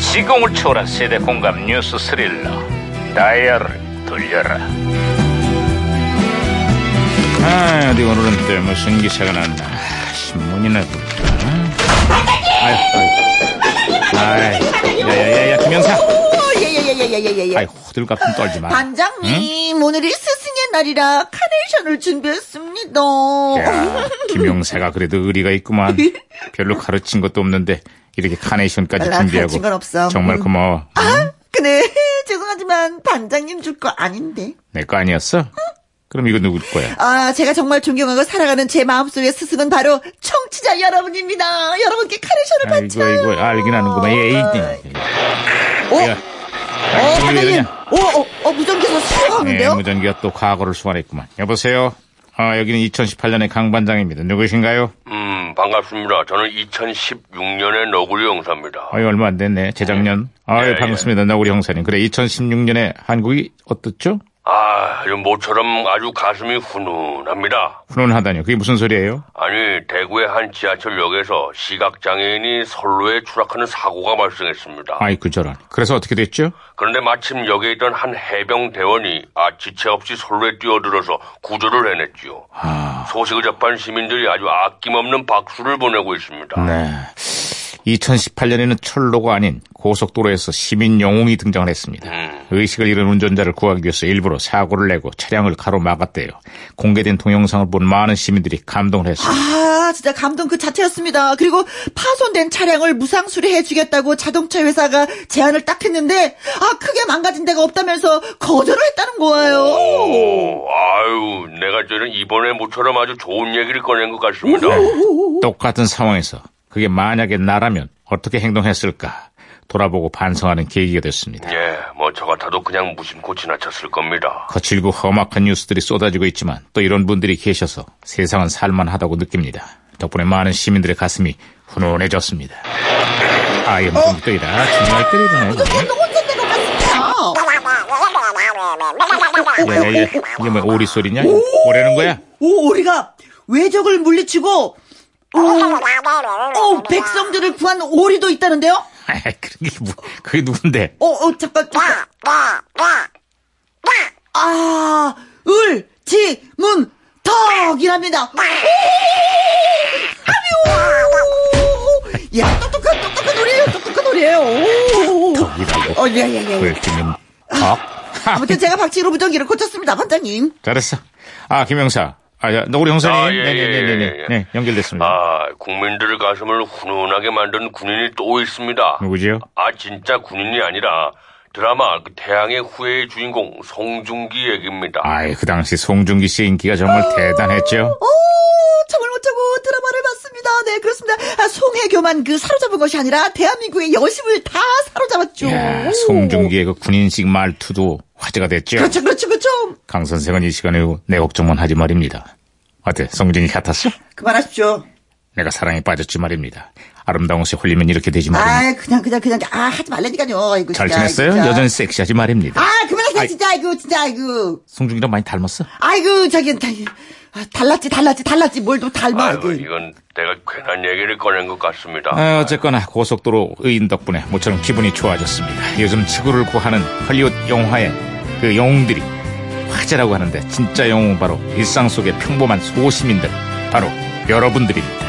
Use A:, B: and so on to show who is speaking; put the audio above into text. A: 시공을 초월한 세대 공감 뉴스 스릴러 다이얼을 돌려라 아 어디 오늘은 또 무슨 기사가 났나 신문이나 볼까 아유 아유 야야야야 김영사 아이
B: 예, 예예예예예예예.
A: 호들갑 좀 떨지 마
B: 반장님 오늘이 스승의 날이라 카네이션을 준비했습니다.
A: 야, 김영사가 그래도 의리가 있구만 별로 가르친 것도 없는데 이렇게 카네이션까지
B: 몰라,
A: 준비하고
B: 가르친 건 없어.
A: 정말
B: 음.
A: 고마워
B: 아 그래 죄송하지만 반장님 줄 거 아닌데.
A: 내 거 아니었어? 그럼 이거 누구 거야?
B: 아 제가 정말 존경하고 사랑하는 제 마음속의 스승은 바로 청취자 여러분입니다. 여러분께 카네이션을
A: 아이고
B: 바쳐요.
A: 이거 알긴 아는구만 예, 예,
B: 오,
A: 예. 야,
B: 어
A: 아니, 왜
B: 반장님.
A: 이러냐?
B: 오, 어, 어 무전기에서
A: 예,
B: 수상하는데요.
A: 무전기가 또 과거를 소환했구만 여보세요 아, 여기는 2018년의 강반장입니다 누구신가요?
C: 음, 반갑습니다. 저는 2016년의 너구리 형사입니다.
A: 아유 얼마 안 됐네 재작년
C: 예,
A: 아유
C: 예.
A: 반갑습니다 나우리 형사님 그래 2016년에 한국이 어떻죠?
C: 아, 요 모처럼 아주 가슴이 훈훈합니다.
A: 훈훈하다뇨 그게 무슨 소리예요?
C: 아니, 대구의 한 지하철역에서 시각장애인이 선로에 추락하는 사고가 발생했습니다.
A: 아이 그 저런 그래서 어떻게 됐죠?
C: 그런데 마침 역에 있던 한 해병대원이 아, 지체 없이 선로에 뛰어들어서 구조를 해냈지요. 소식을 접한 시민들이 아주 아낌없는 박수를 보내고 있습니다.
A: 네 2018년에는 철로가 아닌 고속도로에서 시민 영웅이 등장을 했습니다. 의식을 잃은 운전자를 구하기 위해서 일부러 사고를 내고 차량을 가로막았대요. 공개된 동영상을 본 많은 시민들이 감동을 했습니다.
B: 아, 진짜 감동 그 자체였습니다. 그리고 파손된 차량을 무상 수리해 주겠다고 자동차 회사가 제안을 딱 했는데 아, 크게 망가진 데가 없다면서 거절을 했다는 거예요.
C: 오, 아유, 내가 저는 이번에 모처럼 아주 좋은 얘기를 꺼낸 것 같습니다.
A: 똑같은 상황에서 그게 만약에 나라면 어떻게 행동했을까 돌아보고 반성하는 계기가 됐습니다.
C: 예, 뭐 저 같아도 그냥 무심코 지나쳤을 겁니다.
A: 거칠고 험악한 뉴스들이 쏟아지고 있지만 또 이런 분들이 계셔서 세상은 살만하다고 느낍니다. 덕분에 많은 시민들의 가슴이 훈훈해졌습니다. 아예 무슨 또 이다 중요할 때 어? 이러네. 이거. 뭐,
B: 너무 뭐 혼선된 것 같습니다.
A: 야, 야, 야, 이게 뭐 오리 소리냐? 이거 오래는 거야?
B: 오, 우리가 외적을 물리치고 오, 백성들을 구한 오리도 있다는데요?
A: 아이, 그게 뭐, 그게 누군데?
B: 어, 어, 잠깐. 잠깐. 아, 을, 지, 문, 덕이랍니다. 하비오! 야, 똑똑한, 똑똑한 노래예요, 똑똑한 노래예요. 오.
A: 덕이라고?
B: 어, 예, 예, 예.
A: 왜 지금 덕? 하,
B: 아무튼 제가 박치기로 무전기를 고쳤습니다, 반장님.
A: 잘했어. 아 김영사, 아 야, 노구리 형사님,
C: 아, 예,
A: 네네네네,
C: 예,
A: 네,
C: 예, 예.
A: 연결됐습니다.
C: 아, 국민들의 가슴을 훈훈하게 만든 군인이 또 있습니다.
A: 누구지요?
C: 아, 진짜 군인이 아니라 드라마 그 태양의 후예의 주인공 송중기 얘기입니다.
A: 아이 그 당시 송중기 씨의 인기가 정말 대단했죠.
B: 오, 잠을 못 자고 드라마를 봤습니다. 네, 그렇습니다. 아, 송혜교만 그 사로잡은 것이 아니라 대한민국의 여심을 다 사로잡았죠.
A: 야, 송중기의 그 군인식 말투도 화제가 됐죠.
B: 그렇죠, 그렇죠, 그렇죠.
A: 강 선생은 이 시간에 내 걱정만 하지 말입니다. 어때, 송중기 같았어?
B: 그만하십시오.
A: 네. 내가 사랑에 빠졌지 말입니다. 아름다운 옷에 홀리면 이렇게 되지 말입니다.
B: 아, 그냥, 그냥, 그냥, 아, 하지 말라니까요. 아이고,
A: 잘
B: 진짜,
A: 지냈어요?
B: 진짜.
A: 여전히 섹시하지 말입니다.
B: 아, 그만하세요,
A: 아이.
B: 진짜, 아이고, 진짜, 아이고.
A: 송중기랑 많이 닮았어?
B: 아이고, 저기, 저기. 아, 달랐지, 달랐지, 달랐지. 뭘 또 닮아,
C: 아유,
B: 아이고.
C: 이건 내가 괜한 얘기를 꺼낸 것 같습니다.
A: 아, 어쨌거나 고속도로 의인 덕분에 모처럼 기분이 좋아졌습니다. 요즘 지구를 구하는 헐리웃 영화의 그 영웅들이 화제라고 하는데 진짜 영웅은 바로 일상 속의 평범한 소시민들 바로 여러분들입니다.